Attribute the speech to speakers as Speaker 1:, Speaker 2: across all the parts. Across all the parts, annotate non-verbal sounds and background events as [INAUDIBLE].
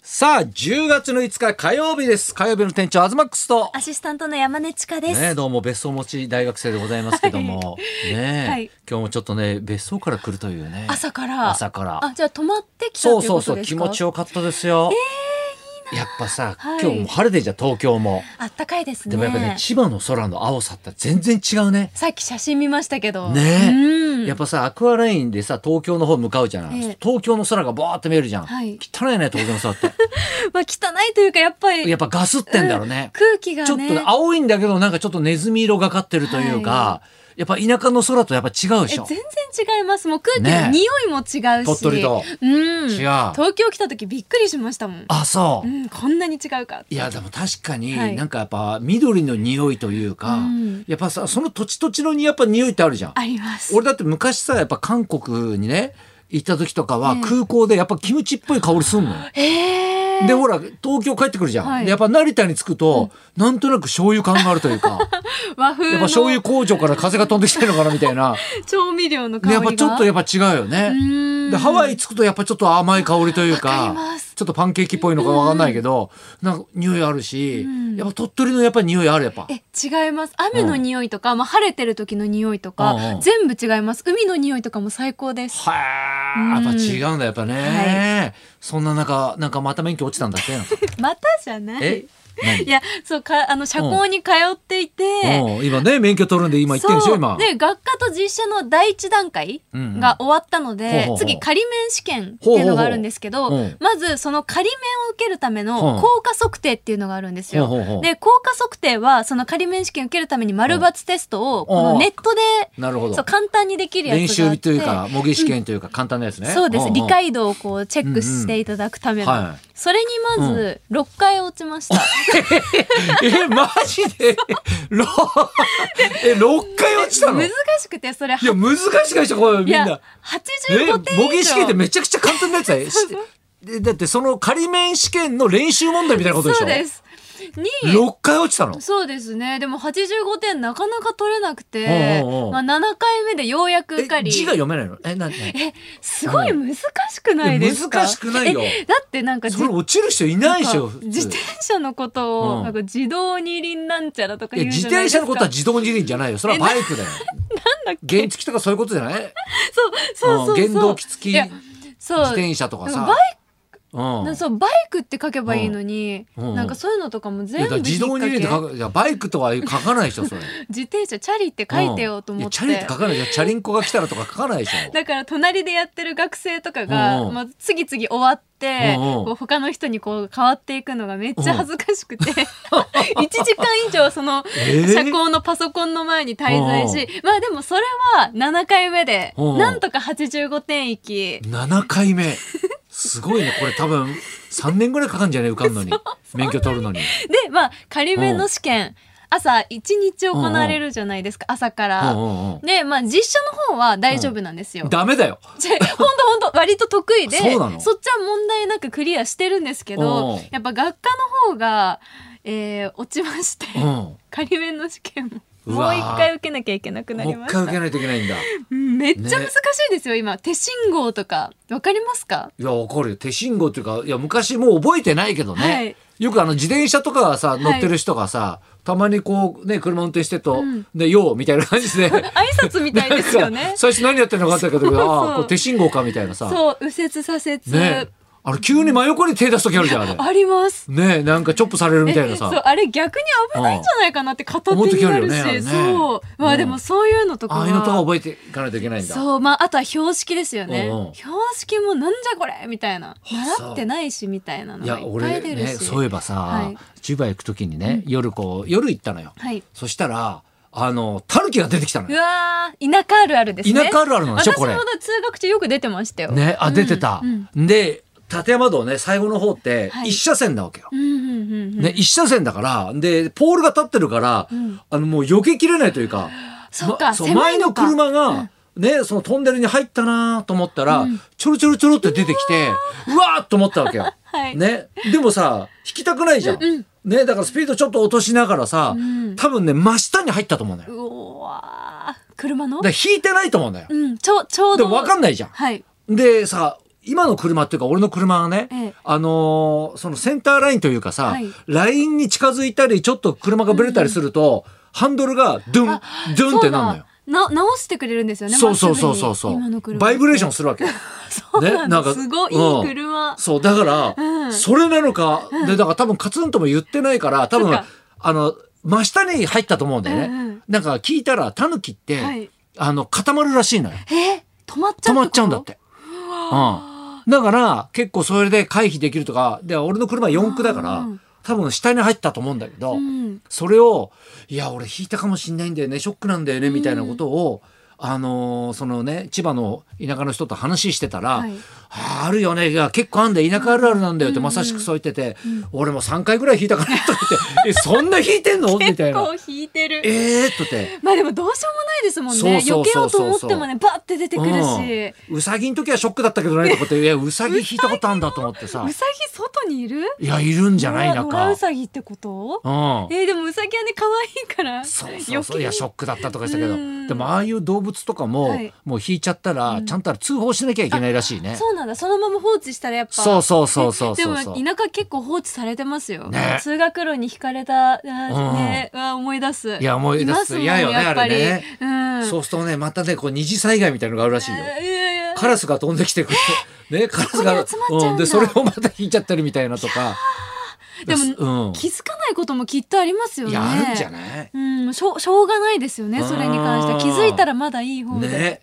Speaker 1: さあ10月の5日火曜日です火曜日の店長アズマックスと
Speaker 2: アシスタントの山根千佳です。
Speaker 1: ねどうも別荘持ち大学生でございますけど
Speaker 2: [LAUGHS]
Speaker 1: も、ねえ、
Speaker 2: はい
Speaker 1: 今日もちょっとね別荘から来るというね
Speaker 2: 朝から。
Speaker 1: 朝から
Speaker 2: あ、じゃあ泊まってきた
Speaker 1: そう
Speaker 2: っていう
Speaker 1: そ
Speaker 2: こ
Speaker 1: うそ
Speaker 2: と
Speaker 1: う
Speaker 2: です
Speaker 1: 気
Speaker 2: か。
Speaker 1: 持ちよかったですよ、やっぱさ、
Speaker 2: はい
Speaker 1: 今日もう晴れてじゃん東京も
Speaker 2: あったかいですね。
Speaker 1: でもやっぱね千葉の空の青さって全然違うね
Speaker 2: さっき写真見ましたけど。
Speaker 1: ねえ
Speaker 2: うん。
Speaker 1: やっぱさアクアラインでさ東京の方向かうじゃない、
Speaker 2: ええ
Speaker 1: 東京の空がバーって見えるじゃん、
Speaker 2: はい
Speaker 1: 汚いね東京の空
Speaker 2: [LAUGHS]
Speaker 1: って
Speaker 2: まあ汚いというかやっぱり
Speaker 1: やっぱガスってんだろうね、
Speaker 2: 空気がね。
Speaker 1: ちょっとね青いんだけどなんかちょっとネズミ色がかってるというか、
Speaker 2: は
Speaker 1: やっぱ田舎の空とやっぱ違うで
Speaker 2: え
Speaker 1: しょ
Speaker 2: 全、然違います。もう空気
Speaker 1: ねえ
Speaker 2: の匂いも違うし。
Speaker 1: 鳥取と。
Speaker 2: う
Speaker 1: 違う
Speaker 2: ん。東京来た時びっくりしましたもん。
Speaker 1: あそう、
Speaker 2: うん、こんなに違うか。
Speaker 1: いやでも確かに
Speaker 2: はい
Speaker 1: なんかやっぱ緑の匂いというか、
Speaker 2: うん
Speaker 1: やっぱさその土地土地のにやっぱ匂いってあるじゃん
Speaker 2: あります。
Speaker 1: 俺だって昔さやっぱ韓国にね行った時とかは
Speaker 2: ええ
Speaker 1: 空港でやっぱキムチっぽい香りすんのよ、
Speaker 2: ええ
Speaker 1: でほら東京帰ってくるじゃん、
Speaker 2: はい
Speaker 1: でやっぱ成田に着くと、なんとなく醤油感があると
Speaker 2: [LAUGHS]
Speaker 1: いうか
Speaker 2: 和風
Speaker 1: やっぱ
Speaker 2: の
Speaker 1: 醤油工場から風が飛んできてるのかなみたいな
Speaker 2: 調味料の
Speaker 1: で
Speaker 2: 香り
Speaker 1: や
Speaker 2: が。
Speaker 1: っぱちょっとやっぱ違うよね。
Speaker 2: うん
Speaker 1: でハワイ着くとやっぱちょっと甘い香りという
Speaker 2: わか
Speaker 1: か
Speaker 2: ります
Speaker 1: ちょっとパンケーキっぽいのかわかんないけど、なんか匂いあるし、
Speaker 2: うん
Speaker 1: やっぱ鳥取のやっぱ匂いあるやっぱ。
Speaker 2: え違います雨の匂いとか、まあ、晴れてる時の匂いとか、
Speaker 1: うんうん
Speaker 2: 全部違います海の匂いとかも最高です
Speaker 1: はあ、
Speaker 2: うん
Speaker 1: やっぱ違うんだやっぱね、そんな中なんかまた免許落ちたんだって
Speaker 2: [LAUGHS]
Speaker 1: なんか
Speaker 2: またじゃな
Speaker 1: え
Speaker 2: いいやそうかあの社交に通っていて、
Speaker 1: 何うん今ね免許取るんで今言ってるんでし
Speaker 2: そ
Speaker 1: ょ
Speaker 2: う
Speaker 1: 今。
Speaker 2: で学科と実習の第一段階
Speaker 1: うんうん
Speaker 2: が終わったので、
Speaker 1: ほうほうほう
Speaker 2: 次仮免試験っていうのがあるんですけ
Speaker 1: ほ
Speaker 2: ど
Speaker 1: うほうほううん
Speaker 2: まずその仮免を受けるため
Speaker 1: うん
Speaker 2: の効果測定っていうのがあるんですよ。
Speaker 1: ほうほうほう
Speaker 2: で効果測定はその仮免試験受けるために丸×テストをこのネットで
Speaker 1: なるほど
Speaker 2: そう簡単にできるやつがあ
Speaker 1: 練
Speaker 2: って
Speaker 1: 習というか模擬試験というか簡単なやつね。
Speaker 2: そうです、
Speaker 1: んん
Speaker 2: 理解度をこうチェックしていただくための、
Speaker 1: うんうんはい
Speaker 2: それにまず6回落ちました、
Speaker 1: えマジで [LAUGHS] ろえ六回落ちたの。
Speaker 2: 難
Speaker 1: い
Speaker 2: しくてそれ
Speaker 1: や難しいでしょこれみん
Speaker 2: いや
Speaker 1: な。え
Speaker 2: 85点以上
Speaker 1: 模擬試験ってめちゃくちゃ簡単なやつだ
Speaker 2: [LAUGHS]
Speaker 1: よしでだってその仮免試験の練習問題みたいなことでし
Speaker 2: そ
Speaker 1: ょ
Speaker 2: うですに
Speaker 1: 6回落ちたの
Speaker 2: そうですねでも85点なかなか取れなくて、
Speaker 1: おうおうおう
Speaker 2: まあ、7回目でようやく受か
Speaker 1: え
Speaker 2: り
Speaker 1: 字が読めないのえなんえ
Speaker 2: すごい難しくないですか
Speaker 1: 難しくないよ
Speaker 2: えだってなんかじ
Speaker 1: それ落ちる人いないでしょ
Speaker 2: なんか
Speaker 1: 普
Speaker 2: 自
Speaker 1: 通
Speaker 2: 転車のことを、
Speaker 1: うん
Speaker 2: なんか自動二輪なんちゃらとか
Speaker 1: いや
Speaker 2: 言う
Speaker 1: 自
Speaker 2: じゃな
Speaker 1: 転
Speaker 2: いです
Speaker 1: 車
Speaker 2: か
Speaker 1: のことは自動二輪じゃないよそれはバイクだよ
Speaker 2: なんだっ
Speaker 1: 原付とかそういうことじゃない
Speaker 2: けそうそうそうそううん
Speaker 1: 原動機付き
Speaker 2: いやそう
Speaker 1: 自転車とか
Speaker 2: な
Speaker 1: さ
Speaker 2: んかバイ
Speaker 1: うん
Speaker 2: なそうバイクって書けばいいのに、
Speaker 1: うんうん
Speaker 2: なんかそういうのとかも
Speaker 1: いやだか
Speaker 2: 全部
Speaker 1: ら
Speaker 2: 引っ
Speaker 1: 自動二輪って書
Speaker 2: 掛け
Speaker 1: くいやバイクとは書かないでしょそれ
Speaker 2: 自転車チャリって [LAUGHS] 書いてよと思って、
Speaker 1: うんいやチャリって書かないじゃチャリンコが来たらとか書かないで
Speaker 2: [LAUGHS]
Speaker 1: しょ
Speaker 2: だから隣でやってる学生とかが、
Speaker 1: うんうん
Speaker 2: まあ、次々終わ
Speaker 1: う
Speaker 2: って、
Speaker 1: んうん
Speaker 2: こう他の人にこう変わっていくのがめっちゃ恥ずかしく
Speaker 1: [LAUGHS]
Speaker 2: て、1時間以上その
Speaker 1: えー
Speaker 2: 社交のパソコンの前に滞在し、まあでもそれは7回目で、
Speaker 1: うんうん
Speaker 2: なんとか85点いき
Speaker 1: 7回目すごいねこれ多分3年ぐらいかかんじゃね受かん
Speaker 2: [LAUGHS]
Speaker 1: のに免許取るのに
Speaker 2: でまあ仮面の試験、朝1日行われるじゃないですか、朝から。
Speaker 1: うんうんうん
Speaker 2: で、まあ、実写の方は大丈夫なんですよ。
Speaker 1: ダメだよ
Speaker 2: [LAUGHS] じゃあほんとほんと割と得意で
Speaker 1: そうなの
Speaker 2: っちは問題なくクリアしてるんですけ
Speaker 1: おうおう
Speaker 2: どやっぱ学科の方が、えー落ちまして、
Speaker 1: うん
Speaker 2: 仮面の試験も
Speaker 1: う
Speaker 2: も
Speaker 1: わ
Speaker 2: う
Speaker 1: ー
Speaker 2: 一回受けなきゃいけなくな
Speaker 1: もう
Speaker 2: り
Speaker 1: 一
Speaker 2: ま
Speaker 1: 回受け
Speaker 2: した
Speaker 1: ないといけないんだい
Speaker 2: うんめっちゃ難
Speaker 1: ね
Speaker 2: しいですよ、今手信号とかわかりますか
Speaker 1: やわかるよ手信号っていうかいや昔もう覚えてないけどね、
Speaker 2: はい
Speaker 1: よくあの自転車とかさ乗ってる人がさ、たまにこうね車運転してると「でよう」みたいな感じで
Speaker 2: [LAUGHS]
Speaker 1: なんか
Speaker 2: 挨拶みたいですよね
Speaker 1: 最初何やってるのか分かんないけ
Speaker 2: そうそう
Speaker 1: どああこれ手信号かみたいなさ
Speaker 2: そう右折左折、
Speaker 1: ねあの急に真横に手出す時あるじゃんあれ
Speaker 2: あります
Speaker 1: ねなんかチョップされるみたいな
Speaker 2: えそう
Speaker 1: さ
Speaker 2: あれ逆に危ないんじゃないかなって片手になるし、
Speaker 1: 思う時あるよねあれね
Speaker 2: そうま
Speaker 1: う
Speaker 2: あ
Speaker 1: ん
Speaker 2: でもそういうのとか
Speaker 1: あ
Speaker 2: は
Speaker 1: あいうのとか覚えていかないといけないんだ
Speaker 2: そうまああとは標識ですよね、
Speaker 1: うんうん
Speaker 2: 標識もなんじゃこれみたいな習ってないしみたいなの
Speaker 1: い
Speaker 2: が
Speaker 1: や
Speaker 2: いっぱ
Speaker 1: 俺
Speaker 2: い出る
Speaker 1: ね
Speaker 2: し、
Speaker 1: そういえばさ、
Speaker 2: はい
Speaker 1: 千葉行く時にね夜こう夜行ったのよ、
Speaker 2: はい、
Speaker 1: そしたらあのタヌキが出てきたの
Speaker 2: う
Speaker 1: よ
Speaker 2: わー田舎あるあるですね
Speaker 1: 田舎あるあるなんでしょ
Speaker 2: 私
Speaker 1: こ
Speaker 2: も
Speaker 1: れ
Speaker 2: だ通学中よく出てましたよ
Speaker 1: ねあ出てた、
Speaker 2: うん
Speaker 1: で立山道ね最後の方って
Speaker 2: はい
Speaker 1: 一車線なわけよ、
Speaker 2: うんうんうんうん
Speaker 1: ね、一車線だからでポールが立ってるから、
Speaker 2: ん
Speaker 1: あのもう避けきれないというか
Speaker 2: そっ
Speaker 1: ま
Speaker 2: か
Speaker 1: そう
Speaker 2: 狭
Speaker 1: 前
Speaker 2: い
Speaker 1: の
Speaker 2: のか
Speaker 1: 車が、ね、そのトンネルに入ったなと思ったら、
Speaker 2: うん
Speaker 1: ちょろちょろちょろって出てきてうわーっと思ったわけよ。
Speaker 2: はい、
Speaker 1: ね、でもさ引きたくないじゃん、
Speaker 2: うん
Speaker 1: ね、だからスピードちょっと落としながらさ、
Speaker 2: うん
Speaker 1: 多分ね真下に入ったと思うんだよ
Speaker 2: うわー車の
Speaker 1: で引いてないと思うんだよ、
Speaker 2: うんちょちょう
Speaker 1: で
Speaker 2: ど
Speaker 1: も分かんないじゃ
Speaker 2: はい
Speaker 1: んでさ今の車っていうか俺の車がね、
Speaker 2: ええ
Speaker 1: あのーそのセンターラインというかさ、
Speaker 2: はい
Speaker 1: ラインに近づいたりちょっと車がぶれたりすると、ハンドルがドゥンドゥンってなるのよ。
Speaker 2: のよ。な直してくれるんですよね。
Speaker 1: そうそうそう
Speaker 2: まっす
Speaker 1: そ
Speaker 2: ぐに
Speaker 1: うそ
Speaker 2: 今の車
Speaker 1: う。
Speaker 2: って
Speaker 1: バイブレーションするわけ。
Speaker 2: [LAUGHS] そうなん
Speaker 1: ね
Speaker 2: だ
Speaker 1: なんか
Speaker 2: すごい、
Speaker 1: うん
Speaker 2: いい車。
Speaker 1: そうだから、
Speaker 2: うん
Speaker 1: それなのか、でだから多分カツンとも言ってないから多
Speaker 2: そ
Speaker 1: 分
Speaker 2: っか
Speaker 1: あの真下に入ったと思うんだよね、
Speaker 2: うんうん
Speaker 1: なんか聞いたらタヌキって、
Speaker 2: はい
Speaker 1: あの固まるらしいのよ
Speaker 2: え止まっちゃ
Speaker 1: 止
Speaker 2: う
Speaker 1: まっちゃうんだっ
Speaker 2: こと。
Speaker 1: てうん、だから結構それで回避できるとかで俺の車4駆だから、
Speaker 2: うん
Speaker 1: 多分下に入ったと思うんだけど、
Speaker 2: うん。
Speaker 1: それを「いや俺引いたかもしんないんだよねショックなんだよね」みたいなことを、あのーそのね千葉の田舎の人と話してたら「
Speaker 2: はい
Speaker 1: ああるよねいや結構あんだよ田舎あるあるなんだよ」って
Speaker 2: うん
Speaker 1: まさしくそう言ってて「俺も3回ぐらい引いたから」とか言って「えそんな引いてんの?」みた
Speaker 2: [LAUGHS] 結
Speaker 1: いな
Speaker 2: 構引い
Speaker 1: 「
Speaker 2: てる。
Speaker 1: えー」っとって。
Speaker 2: まあでもどうしようもないですもんね。
Speaker 1: そうそう
Speaker 2: 避け
Speaker 1: そ
Speaker 2: よ
Speaker 1: う
Speaker 2: う
Speaker 1: そう
Speaker 2: と思ってもね、バって出てくるし。
Speaker 1: うんうさぎの時はショックだったけどねとかって「いやうさぎ引いたことあんだ」と思ってさ
Speaker 2: うさぎ外にいる？
Speaker 1: 「いやいるんじゃない
Speaker 2: 野良
Speaker 1: の
Speaker 2: 野良
Speaker 1: か
Speaker 2: う」さぎってこと？
Speaker 1: うん、
Speaker 2: えー、でもうさぎはね可愛いから
Speaker 1: そうそうそういや
Speaker 2: 余
Speaker 1: シ
Speaker 2: 計
Speaker 1: ョックだったとかしたけど
Speaker 2: うん
Speaker 1: でもああいう動物とかも、
Speaker 2: はい
Speaker 1: もう引いちゃったら、
Speaker 2: ん
Speaker 1: ちゃんとあれ通報しなきゃいけないらしいね
Speaker 2: にそうなんだそのまま放置したらやっぱ
Speaker 1: そうそうそうそうそう
Speaker 2: えでも田舎結構放置されてますよ、
Speaker 1: ね
Speaker 2: 通学路に引かれたあーね、うわ思い出す
Speaker 1: いや思い出す
Speaker 2: ますもん
Speaker 1: 嫌よね
Speaker 2: やっぱり
Speaker 1: あれね
Speaker 2: うん
Speaker 1: そうするとねまたねこう二次災害みたいなのがあるらしいよ
Speaker 2: えーいやいや
Speaker 1: カラスが飛んできてくるねカラスが
Speaker 2: [LAUGHS] そこに集まっちゃうんだ
Speaker 1: でそれをまた引いちゃったりみたいなとか
Speaker 2: でも
Speaker 1: うん
Speaker 2: 気づかないこともきっとありますよね
Speaker 1: いやあるんじゃない
Speaker 2: うんしょうしょうがないですよねそれに関しては
Speaker 1: うん
Speaker 2: 気づいたらまだいい方で、 [LAUGHS]
Speaker 1: ね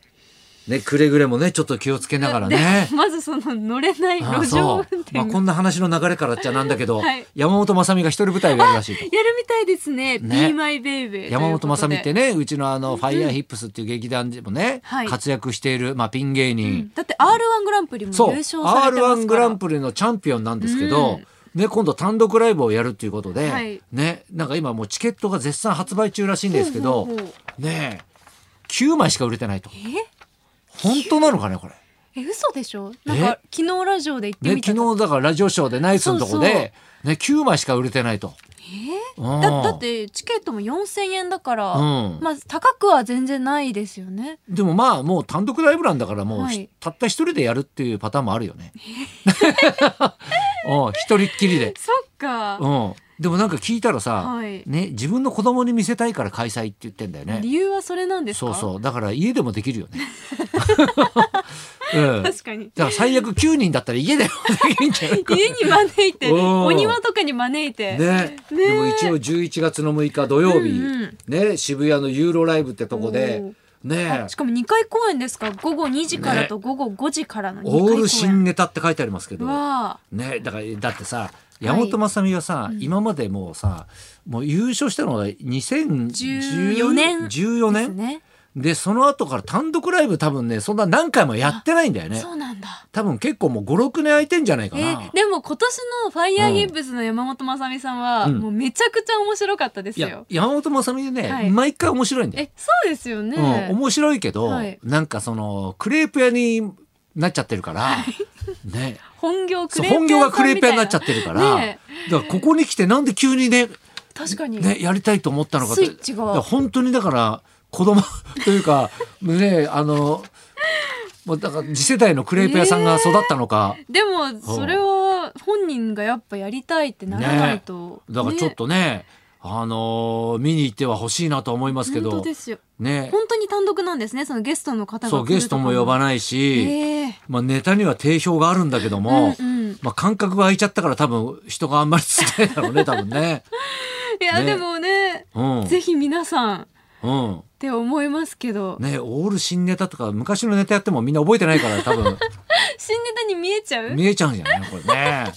Speaker 1: ねくれぐれもねちょっと気をつけながらね
Speaker 2: まずその乗れない
Speaker 1: あ
Speaker 2: 路上運
Speaker 1: そう
Speaker 2: 転、
Speaker 1: まあ、こんな話の流れからっちゃなんだけど、
Speaker 2: はい
Speaker 1: 山本まさみが一人舞台があるらし
Speaker 2: [LAUGHS]
Speaker 1: いと
Speaker 2: やるみたいですね
Speaker 1: ね
Speaker 2: Be my baby
Speaker 1: 山本まさみっ
Speaker 2: とい
Speaker 1: て
Speaker 2: う
Speaker 1: ねうちのあのファイヤーヒップスっていう劇団でもね、
Speaker 2: はい
Speaker 1: 活躍している、まあ、ピン芸
Speaker 2: ことで、う
Speaker 1: 人
Speaker 2: ん、だって R1 グランプリも優
Speaker 1: そう
Speaker 2: 勝さ
Speaker 1: r
Speaker 2: れてま
Speaker 1: 1
Speaker 2: すか
Speaker 1: グ
Speaker 2: ら
Speaker 1: ランプリのチャンピオンなんですけど、
Speaker 2: うん
Speaker 1: ね、今度単独ライブをやるということで、
Speaker 2: はい
Speaker 1: ね、なんか今もうチケットが絶賛発売中らしいんですけど、
Speaker 2: ほうほうほ
Speaker 1: ね9枚しか売れてないと
Speaker 2: え
Speaker 1: 本当なのかねこれ。
Speaker 2: え嘘でしょなんか昨日ラジオで言って
Speaker 1: ね
Speaker 2: み、たら
Speaker 1: 昨日だからラジオショーでナイスのとこで
Speaker 2: そう
Speaker 1: ね、9枚しか売れてないと。え
Speaker 2: だだってチケットも4,000円だから、
Speaker 1: うん
Speaker 2: まあ高くは全然ないですよね。
Speaker 1: でもまあもう単独ライブなんだからもうひ、
Speaker 2: はい
Speaker 1: たった一人でやるっていうパターンもあるよね。う
Speaker 2: [LAUGHS]
Speaker 1: ん一人っきりで。
Speaker 2: そっか、
Speaker 1: うん、でもなんか聞いたらさ、
Speaker 2: はい
Speaker 1: ね、自分の子供に見せたいから開催って言ってんだよね。
Speaker 2: 理由はそれなんですか
Speaker 1: そうそうだから家でもできるよね。 [LAUGHS] うん、だか
Speaker 2: 確かに
Speaker 1: ら最悪9人だったら家でもできんじゃないか
Speaker 2: 家に招いて
Speaker 1: うん
Speaker 2: お庭とかに招いて、
Speaker 1: ねでも一応11月の6日土曜日、
Speaker 2: うんうん
Speaker 1: ね、渋谷のユーロライブってとこで、ね
Speaker 2: あ、しかも2回公演ですか午後2時からと午後5時からの2回
Speaker 1: オ
Speaker 2: 公演
Speaker 1: ール新ネタって書いてありますけど、
Speaker 2: わあ
Speaker 1: ね、だからだってさ山本まさみはさ、今までもうさもう優勝したのが2014
Speaker 2: 14年
Speaker 1: 14
Speaker 2: で
Speaker 1: 年
Speaker 2: すね
Speaker 1: でその後から単独ライブ多分ねそんな何回もやってないんだよね
Speaker 2: そうなんだ
Speaker 1: 多分結構もう56年空いてんじゃないか
Speaker 2: え
Speaker 1: な、
Speaker 2: ーでも今年の「ファイヤーヒップスの山本まさみさんは、
Speaker 1: うん
Speaker 2: もうめちゃくちゃ面白かったです
Speaker 1: いや
Speaker 2: よ。
Speaker 1: 山本まさみね、
Speaker 2: はい
Speaker 1: 毎回面白いんだよ、
Speaker 2: えそうですよね。
Speaker 1: うん、面白いけど、
Speaker 2: はい
Speaker 1: なんかそのクレープ屋になっちゃってるから、
Speaker 2: [LAUGHS]
Speaker 1: ね
Speaker 2: 本業ク
Speaker 1: そう
Speaker 2: レープ
Speaker 1: 本業がクレープ屋になっちゃ
Speaker 2: っ
Speaker 1: ってるから、
Speaker 2: ね
Speaker 1: だからここに来てなんで急にね
Speaker 2: 確かに、
Speaker 1: ね、やりたいと思ったのかと
Speaker 2: スイッチが
Speaker 1: だから本当にだから子供 [LAUGHS] というかねあのもうだから次世代のクレープ屋さんが育ったのか、
Speaker 2: でもそれは本人がやっぱやりたいってならないと、
Speaker 1: だからちょっとねあのー見に行っては欲しいなとは思いますけ
Speaker 2: ね本
Speaker 1: ど
Speaker 2: 当ですよ
Speaker 1: ね
Speaker 2: 本当に単独なんですねそのゲストの方が
Speaker 1: そうゲストも呼ば
Speaker 2: ない
Speaker 1: ないし、
Speaker 2: ええ
Speaker 1: まあ、ネタには定評があるんだけども、
Speaker 2: うんうん
Speaker 1: まあ、感覚が空いちゃったから多分人があんまりつないだろう
Speaker 2: [LAUGHS]
Speaker 1: ね多分ね。
Speaker 2: いや、
Speaker 1: ね
Speaker 2: でもね、
Speaker 1: うん
Speaker 2: ぜひ皆さんっ
Speaker 1: うん
Speaker 2: て思いますけど、
Speaker 1: ね、オール新ネタとか昔のネタやってもみんな覚えてないから多
Speaker 2: [LAUGHS]
Speaker 1: 分。
Speaker 2: 新ネタに見えちゃう
Speaker 1: 見えちゃうんじゃないのこれね。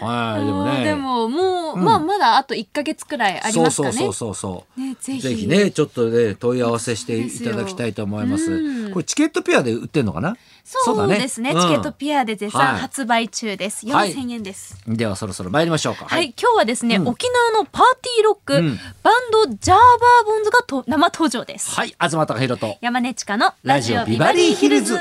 Speaker 1: はい、でも
Speaker 2: あー
Speaker 1: ね。
Speaker 2: でもも
Speaker 1: う
Speaker 2: う、
Speaker 1: ん
Speaker 2: まあまだあと1か月くらいありますか
Speaker 1: そ
Speaker 2: ね
Speaker 1: うそうそうそうそう。
Speaker 2: ねぜひ
Speaker 1: ぜひね、ちょっとね、問い合わせしていただきたいと思いま
Speaker 2: そうです
Speaker 1: す。
Speaker 2: ようん
Speaker 1: これチケットペアで売ってんのかな。
Speaker 2: そうですね
Speaker 1: そうだ
Speaker 2: チケットピアで絶賛
Speaker 1: はい
Speaker 2: 発売中です、
Speaker 1: はい
Speaker 2: 4000円です、
Speaker 1: うんでは、そろそろ参りましょうか。
Speaker 2: はい、。今日はですね、
Speaker 1: うん
Speaker 2: 沖縄のパーティーロック、
Speaker 1: うん
Speaker 2: バンドジャーバーボンズがと生登場です。
Speaker 1: はい、東隆弘と。
Speaker 2: 山根千佳の
Speaker 1: ラジオビバリーヒルズ。